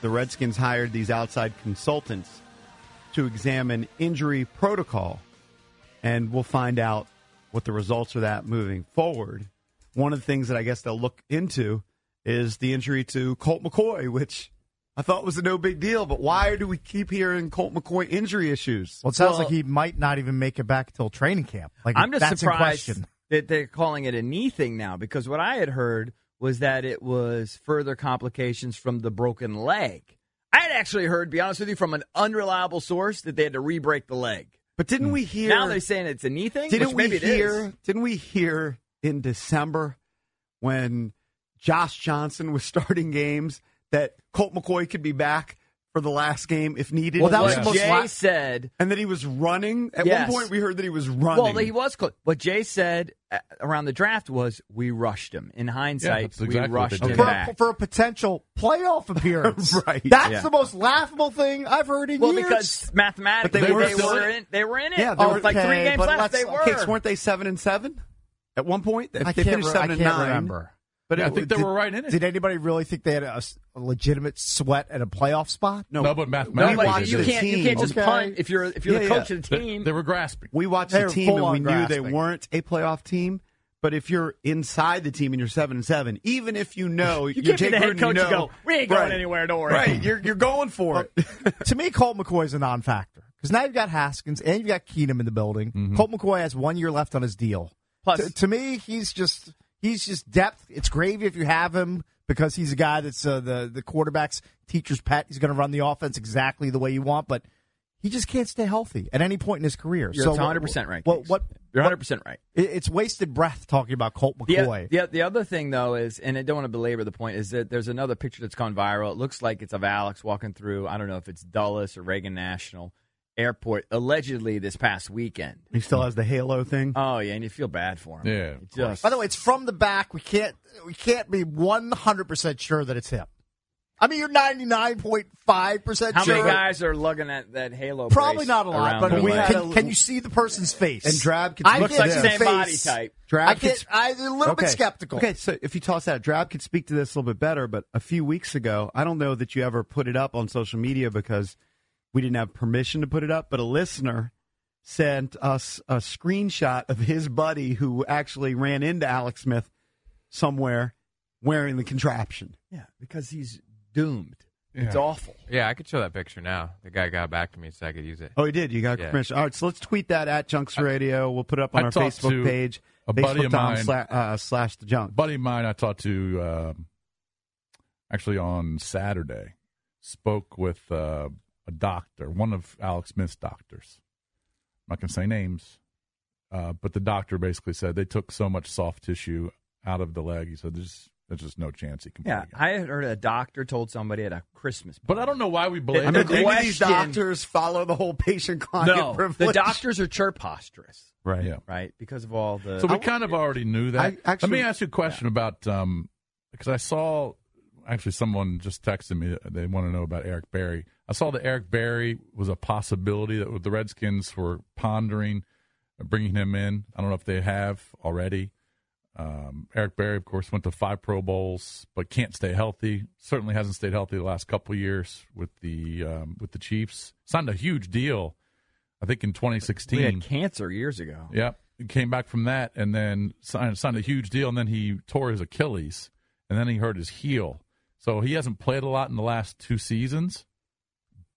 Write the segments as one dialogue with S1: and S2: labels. S1: The Redskins hired these outside consultants to examine injury protocol, and we'll find out what the results of that moving forward. One of the things that I guess they'll look into is the injury to Colt McCoy, which I thought was a no big deal, but why do we keep hearing Colt McCoy injury issues?
S2: Well, it sounds like he might not even make it back till training camp. Like
S3: I'm just
S2: that's in
S3: surprised
S2: question.
S3: that they're calling it a knee thing now because what I had heard was that it was further complications from the broken leg. I had actually heard, be honest with you, from an unreliable source that they had to re-break the leg.
S1: But didn't
S2: Hmm.
S1: we hear?
S3: Now they're saying it's a knee thing.
S1: didn't
S3: which maybe
S1: we hear?
S3: It is.
S1: Didn't we hear in December when Josh Johnson was starting games that Colt McCoy could be back for the last game if needed?
S2: Well, that was
S3: What
S2: the most
S3: Jay
S2: la-
S3: said.
S1: and that he was running. At
S3: Yes.
S1: one point, we heard that he was running.
S3: Well, he was close. What Jay said uh, around the draft was, "We rushed him." In
S4: Yeah,
S3: hindsight,
S4: that's exactly
S3: we
S4: what
S3: rushed
S4: they
S3: him
S4: did.
S3: back.
S2: For, for a potential playoff appearance.
S1: Right,
S2: That's
S3: yeah.
S2: the most laughable thing I've heard in
S3: well,
S2: years.
S3: because
S1: But
S3: mathematically they,
S1: they were
S3: were,
S1: still in-
S3: in. They were in it.
S1: yeah,
S3: they
S1: they
S3: were
S1: were-
S3: like three
S2: okay,
S3: games
S2: but
S3: left.
S2: let's-
S3: They were.
S1: Kicks, weren't they seven and seven at one point? If
S2: I
S1: they
S2: can't,
S1: finished
S2: re-
S1: seven
S2: I
S1: and
S2: can't
S1: nine.
S2: remember.
S1: But
S4: Yeah, I
S1: it,
S4: think they
S1: did-
S4: were right in it.
S2: Did anybody really think they had a, s- a legitimate sweat at a playoff spot?
S1: No,
S4: No, but mathematically
S3: No,
S1: We
S4: they
S3: but
S1: watched
S3: you
S1: the
S4: did.
S3: can't. You
S1: team.
S3: can't just
S2: Okay.
S3: punt if you're if you're
S1: Yeah,
S3: the
S1: yeah.
S3: coach of the
S4: They,
S3: team.
S4: they were grasping.
S1: We watched
S2: They
S1: the
S2: were
S1: team and
S2: full-on
S1: we knew they
S2: grasping.
S1: weren't a playoff team. But if you're inside the team and you're seven and seven, even if you know
S3: You
S1: you're
S3: can't be
S1: Jay
S3: the head
S1: Gruden,
S3: coach
S1: you
S3: and
S1: know-
S3: go, "We ain't going
S1: Right.
S3: anywhere, don't worry."
S1: Right, you're you're going for it.
S2: to me, Colt McCoy is a non-factor because now you've got Haskins and you've got Keenum in the building. Colt McCoy has one year left on his deal.
S3: Mm-hmm. Plus-
S2: to, to me, he's just he's just depth. It's gravy if you have him because he's a guy that's uh, the the quarterback's teacher's pet. He's going to run the offense exactly the way you want, but he just can't stay healthy at any point in his career.
S3: You're
S2: so
S3: 100% right,
S2: What
S3: Kings.
S2: what?
S3: You're 100 percent right.
S2: it- It's wasted breath talking about Colt
S3: The,
S2: McCoy.
S3: the- the other thing though is, and I don't want to belabor the point, is that there's another picture that's gone viral. It looks like it's of Alex walking through. I don't know if it's Dulles or Reagan National Airport, allegedly this past weekend.
S1: He still has the halo thing.
S3: Oh yeah, and you feel bad for him.
S4: Yeah, of
S3: It just
S2: By the way, it's from the back. We can't we can't be one hundred percent sure that it's him. I mean, you're ninety nine point five percent
S3: how
S2: sure.
S3: many guys are lugging that that halo?
S2: Probably
S3: brace
S2: not a lot,
S3: around
S2: but
S3: their
S2: I mean,
S1: we
S3: leg?
S1: had
S2: can,
S1: a-
S2: can you see the person's face?
S1: And Drab could-
S2: I
S1: Looks
S2: get
S1: like
S2: the
S1: same
S3: body
S2: face.
S3: type.
S1: Drab
S2: I
S1: could-
S2: get I'm a little bit skeptical.
S1: Okay, so if you toss that, Drab could speak to this a little bit better. But a few weeks ago, I don't know that you ever put it up on social media because we didn't have permission to put it up. But a listener sent us a screenshot of his buddy who actually ran into Alex Smith somewhere wearing the contraption.
S3: Yeah, because he's doomed. It's
S4: Yeah.
S3: awful.
S5: Yeah, I could show that picture now. The guy got back to me so I could use it.
S1: Oh, he did. You got
S5: Yeah.
S1: permission. All right, so let's tweet that at Junks Radio. We'll put it up on
S4: I
S1: our
S4: talked
S1: Facebook
S4: to
S1: page,
S4: a buddy of
S1: facebook.com
S4: mine.
S1: sla- uh, slash the Junk.
S4: buddy of mine I talked to um, actually on Saturday spoke with uh, a doctor, one of Alex Smith's doctors. I'm not going to say names, uh, but the doctor basically said they took so much soft tissue out of the leg. He said there's there's just no chance he can. play
S3: Yeah,
S4: again."
S3: I had heard a doctor told somebody at a Christmas.
S4: but I don't know why we
S3: I
S4: believe.
S3: mean,
S1: I mean,
S3: The
S1: maybe these
S3: question-
S1: doctors follow the whole patient-client
S3: No,
S1: privilege.
S3: the doctors are chirposterous,
S1: right?
S4: yeah.
S3: right? Because of all the
S4: So we kind of already knew that.
S1: I actually-
S4: Let me ask you a question about um, because I saw actually someone just texted me uh, they want to know about Eric Berry. I saw that Eric Berry was a possibility that the Redskins were pondering uh, bringing him in. I don't know if they have already. Um, Eric Berry, of course, went to five Pro Bowls, but can't stay healthy. Certainly hasn't stayed healthy the last couple years with the um, with the Chiefs. Signed a huge deal, I think, in 2016.
S3: we had cancer years ago.
S4: Yeah, he came back from that and then signed, signed a huge deal, and then he tore his Achilles, and then he hurt his heel. So he hasn't played a lot in the last two seasons.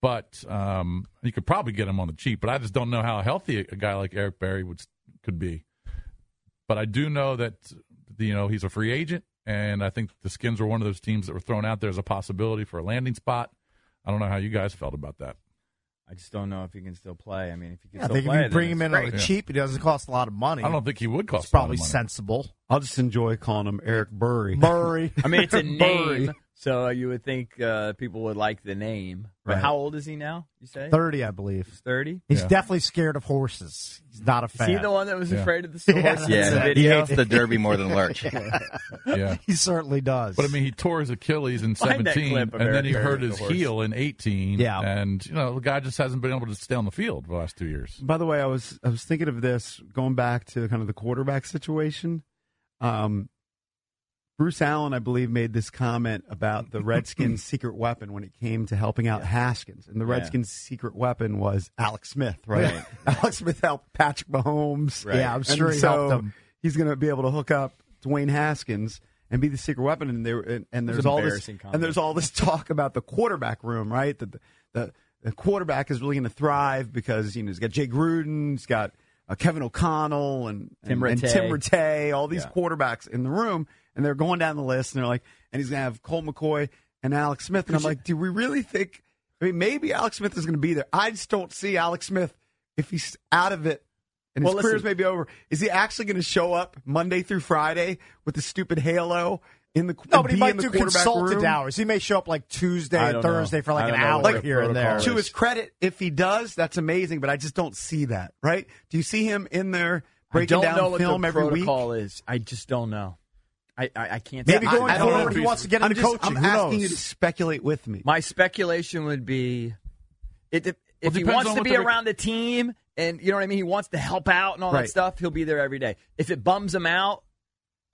S4: But um, you could probably get him on the cheap, but I just don't know how healthy a guy like Eric Berry would could be. But I do know that you know he's a free agent, and I think the Skins were one of those teams that were thrown out there as a possibility for a landing spot. I don't know how you guys felt about that.
S3: I just don't know if he can still play. I mean, if he can
S2: I
S3: still
S2: think
S3: play,
S2: if you
S3: then
S2: bring him
S3: it's
S2: in
S3: great.
S2: on the cheap, it doesn't cost a lot of money.
S4: I don't think he would cost
S2: it's probably
S4: a lot of money.
S2: sensible.
S1: I'll just enjoy calling him Eric Burry.
S2: Murray.
S3: I mean, it's a
S1: Murray.
S3: name, so you would think uh, people would like the name. But
S1: Right.
S3: how old is he now? You say
S2: Thirty, I believe.
S3: thirty.
S2: He's
S4: Yeah.
S2: definitely scared of horses. He's not a
S3: Is
S2: fan.
S3: he the one that was
S4: Yeah.
S3: afraid of the sword?
S2: Yeah. Yeah.
S3: the
S6: He
S3: video.
S6: hates the Derby more than Lurch.
S4: Yeah.
S2: He certainly does.
S4: But I mean, he tore his Achilles in
S3: Find that
S4: 17,
S3: clip of
S4: and
S3: Eric
S4: then he hurt
S3: Berry,
S4: his
S3: the horse.
S4: heel in 18.
S2: Yeah.
S4: And, you know, the guy just hasn't been able to stay on the field the last two years.
S1: By the way, I was I was thinking of this going back to kind of the quarterback situation. Um, Bruce Allen, I believe, made this comment about the Redskins' secret weapon when it came to helping out Haskins, and the
S3: Yeah.
S1: Redskins' secret weapon was Alex Smith, right?
S3: Right.
S1: Alex Smith helped Patrick Mahomes.
S3: Right. Yeah,
S2: I'm
S1: And
S2: sure he helped
S1: so
S2: him.
S1: He's going to be able to hook up Dwayne Haskins and be the secret weapon. And there and, and
S3: was
S1: there's all this
S3: embarrassing comment.
S1: and there's all this talk about the quarterback room, right? That the, the, the quarterback is really going to thrive because you know he's got Jay Gruden, he's got uh, Kevin O'Connell, and
S3: Tim
S1: and,
S3: Rattay.
S1: and Tim Rattay, all these
S3: Yeah.
S1: quarterbacks in the room, and they're going down the list, and they're like, and he's going to have Cole McCoy and Alex Smith, and I'm like, do we really think? I mean, maybe Alex Smith is going to be there. I just don't see Alex Smith if he's out of it and his
S3: Well,
S1: career's
S3: listen.
S1: maybe over. Is he actually going to show up Monday through Friday with the stupid halo in the
S2: no, but he
S1: be
S2: might
S1: in the
S2: do
S1: quarterback
S2: consultant
S1: room?
S2: hours. He may show up like Tuesday
S3: I
S2: and
S3: don't know.
S2: Thursday for
S3: I
S2: like an
S3: don't know
S2: hour
S3: what
S1: the
S2: here and there.
S3: protocol
S1: To
S3: is.
S1: his credit, if he does, that's amazing. But I just don't see that. Right? Do you see him in there breaking
S3: I don't
S1: down
S3: know what
S1: film
S3: the
S1: every week?
S3: protocol is. I just don't know. I I, I can't.
S2: Maybe
S3: say.
S2: going
S3: I, I don't
S2: forward,
S3: know.
S2: he wants to get
S1: I'm
S2: into
S1: just-
S2: coaching.
S1: I'm
S2: Who
S1: asking
S2: knows?
S1: you to speculate with me.
S3: My speculation would be, it, if,
S4: Well,
S3: if he
S4: depends
S3: wants
S4: on
S3: to
S4: what
S3: be
S4: the rec-
S3: around the team, and you know what I mean, he wants to help out and all that
S1: Right.
S3: stuff. He'll be there every day. If it bums him out,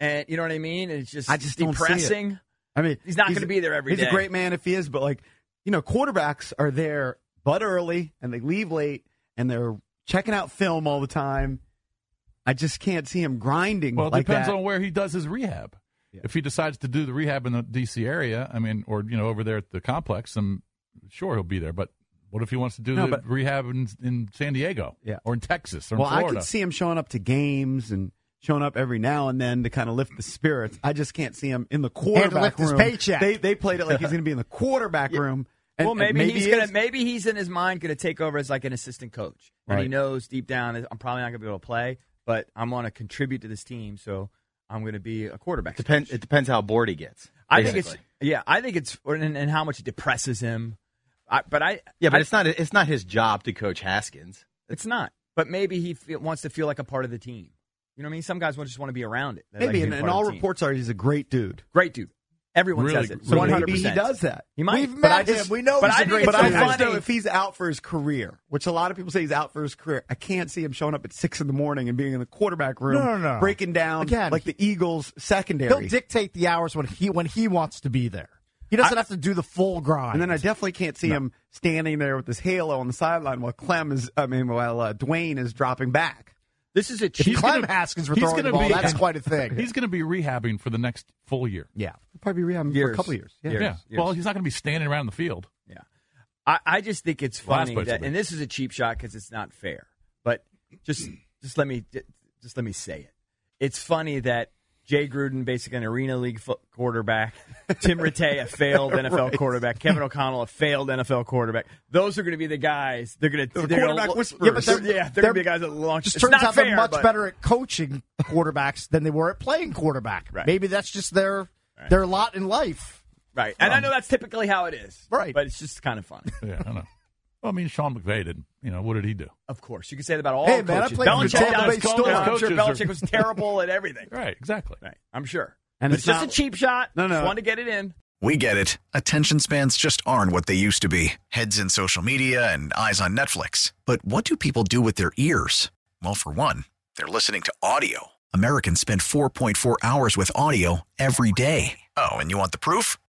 S3: and you know what I mean, and it's just
S1: I just don't see it.
S3: depressing.
S1: I mean,
S3: He's not gonna be there every
S1: every day. he's
S3: day.
S1: a great man if he is, but like, you know, quarterbacks are there but early and they leave late and they're checking out film all the time. I just can't see him grinding
S4: Well, it
S1: Mm, like
S4: depends
S1: that.
S4: on where he does his rehab. If he decides to do the rehab in the D.C. area, I mean, or, you know, over there at the complex, I'm sure he'll be there. But what if he wants to do
S1: No,
S4: the
S1: but-
S4: rehab in, in San Diego
S1: Yeah.
S4: or in Texas or in
S1: well, I
S4: Florida?
S1: could see him showing up to games and showing up every now and then to kind of lift the spirits. I just can't see him in the quarterback
S2: lift his
S1: room.
S2: paycheck.
S1: They they played it like he's going to be in the quarterback room. And,
S3: well,
S1: and
S3: maybe, he's
S1: he
S3: gonna.
S1: is.
S3: Maybe he's in his mind gonna take over as like an assistant coach, and he
S1: Right.
S3: knows deep down that I'm probably not gonna be able to play, but I'm gonna contribute to this team, so I'm gonna be a quarterback.
S6: Depends. It depends how bored he gets.
S3: I think it's
S6: basically.
S3: yeah. I think it's and, and how much it depresses him. I, but I
S6: yeah, but
S3: I-
S6: it's not. It's not his job to coach Haskins.
S3: It's not. But maybe he fe- wants to feel like a part of the team. You know what I mean? Some guys will just want to be around it. They like
S1: Maybe,
S3: being
S1: and,
S3: part
S1: and
S3: of the
S1: all
S3: team.
S1: reports are he's a great dude.
S3: Great dude. Everyone
S4: Really,
S3: says it.
S4: really
S3: One hundred
S1: Maybe he
S3: percent.
S1: does that.
S3: He might.
S2: We've
S3: but
S2: met
S3: I just,
S2: him. We know
S3: But
S2: he's
S3: I
S2: a
S3: think
S2: great
S3: it's
S1: But
S2: dude.
S1: I,
S3: so
S1: I just
S3: funny.
S1: know if he's out for his career, which a lot of people say he's out for his career, I can't see him showing up at six in the morning and being in the quarterback room,
S2: No, no, no.
S1: breaking down
S2: Again,
S1: like the Eagles
S2: He'll
S1: secondary.
S2: dictate the hours when he when he wants to be there. He doesn't have to do the full grind.
S1: and then I definitely can't see him standing there with this halo on the sideline while Clem is, I mean, while uh, Dwayne is dropping back.
S3: This is a
S2: if
S3: cheap.
S2: Clem Haskins were
S4: he's
S2: throwing the
S4: gonna
S2: ball,
S4: be-
S2: that's quite a thing.
S4: He's going to be rehabbing for the next full year.
S2: yeah.
S1: He'll probably be rehabbing for
S3: Years.
S1: a couple of years. Yeah.
S3: Years.
S4: yeah. Well, he's not going to be standing around the field.
S3: I, I just think it's
S4: Last
S3: funny
S4: place will
S3: that,
S4: be.
S3: and this is a cheap shot because it's not fair. But just just let me just let me say it. It's funny that Jay Gruden, basically an arena league fo- quarterback, Tim Rattay, a failed NFL quarterback, Kevin O'Connell, a failed NFL quarterback. Those are going to be the guys. They're going to
S1: The
S3: they're
S1: quarterback
S3: gonna lo-
S1: whisperers.
S3: Yeah, but they're, yeah, they're,
S2: They're-
S3: going to be the guys that launch.
S2: Just
S3: it's
S2: turns
S3: not
S2: out
S3: fair,
S2: they're much
S3: but-
S2: better at coaching quarterbacks than they were at playing quarterback.
S3: Right.
S2: Maybe that's just their their lot in life.
S3: Right, and I know that's typically how it is.
S2: Um, Right.
S3: but it's just kind of funny.
S4: Yeah, I know. Well, I mean, Sean McVay did. You know, what did he do?
S3: Of course, you can say that about all
S2: Hey, man, I
S3: coaches.
S2: played for
S3: Belichick,
S2: Tampa
S3: does
S2: Bay
S3: coach-
S2: Storm.
S3: I'm sure
S4: Coaches are-
S3: Belichick was terrible at everything.
S4: Right, exactly.
S3: Right, I'm sure.
S1: And
S3: And it's,
S1: it's
S3: just
S1: not-
S3: a cheap shot.
S1: No, no.
S3: Just wanted to get it in.
S7: We get it. Attention spans just aren't what they used to be heads in social media and eyes on Netflix. But what do people do with their ears? Well, for one, they're listening to audio. Americans spend 4.4 hours with audio every day. Oh, and you want the proof?